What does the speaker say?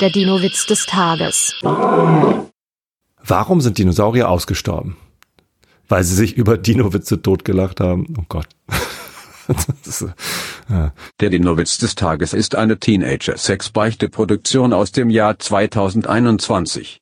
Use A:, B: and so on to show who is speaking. A: Der Dino-Witz des Tages.
B: Warum sind Dinosaurier ausgestorben? Weil sie sich über Dino-Witze totgelacht haben. Oh Gott. Das ist, ja.
C: Der Dinowitz des Tages ist eine Teenager-Sex-Beichte-Produktion aus dem Jahr 2021.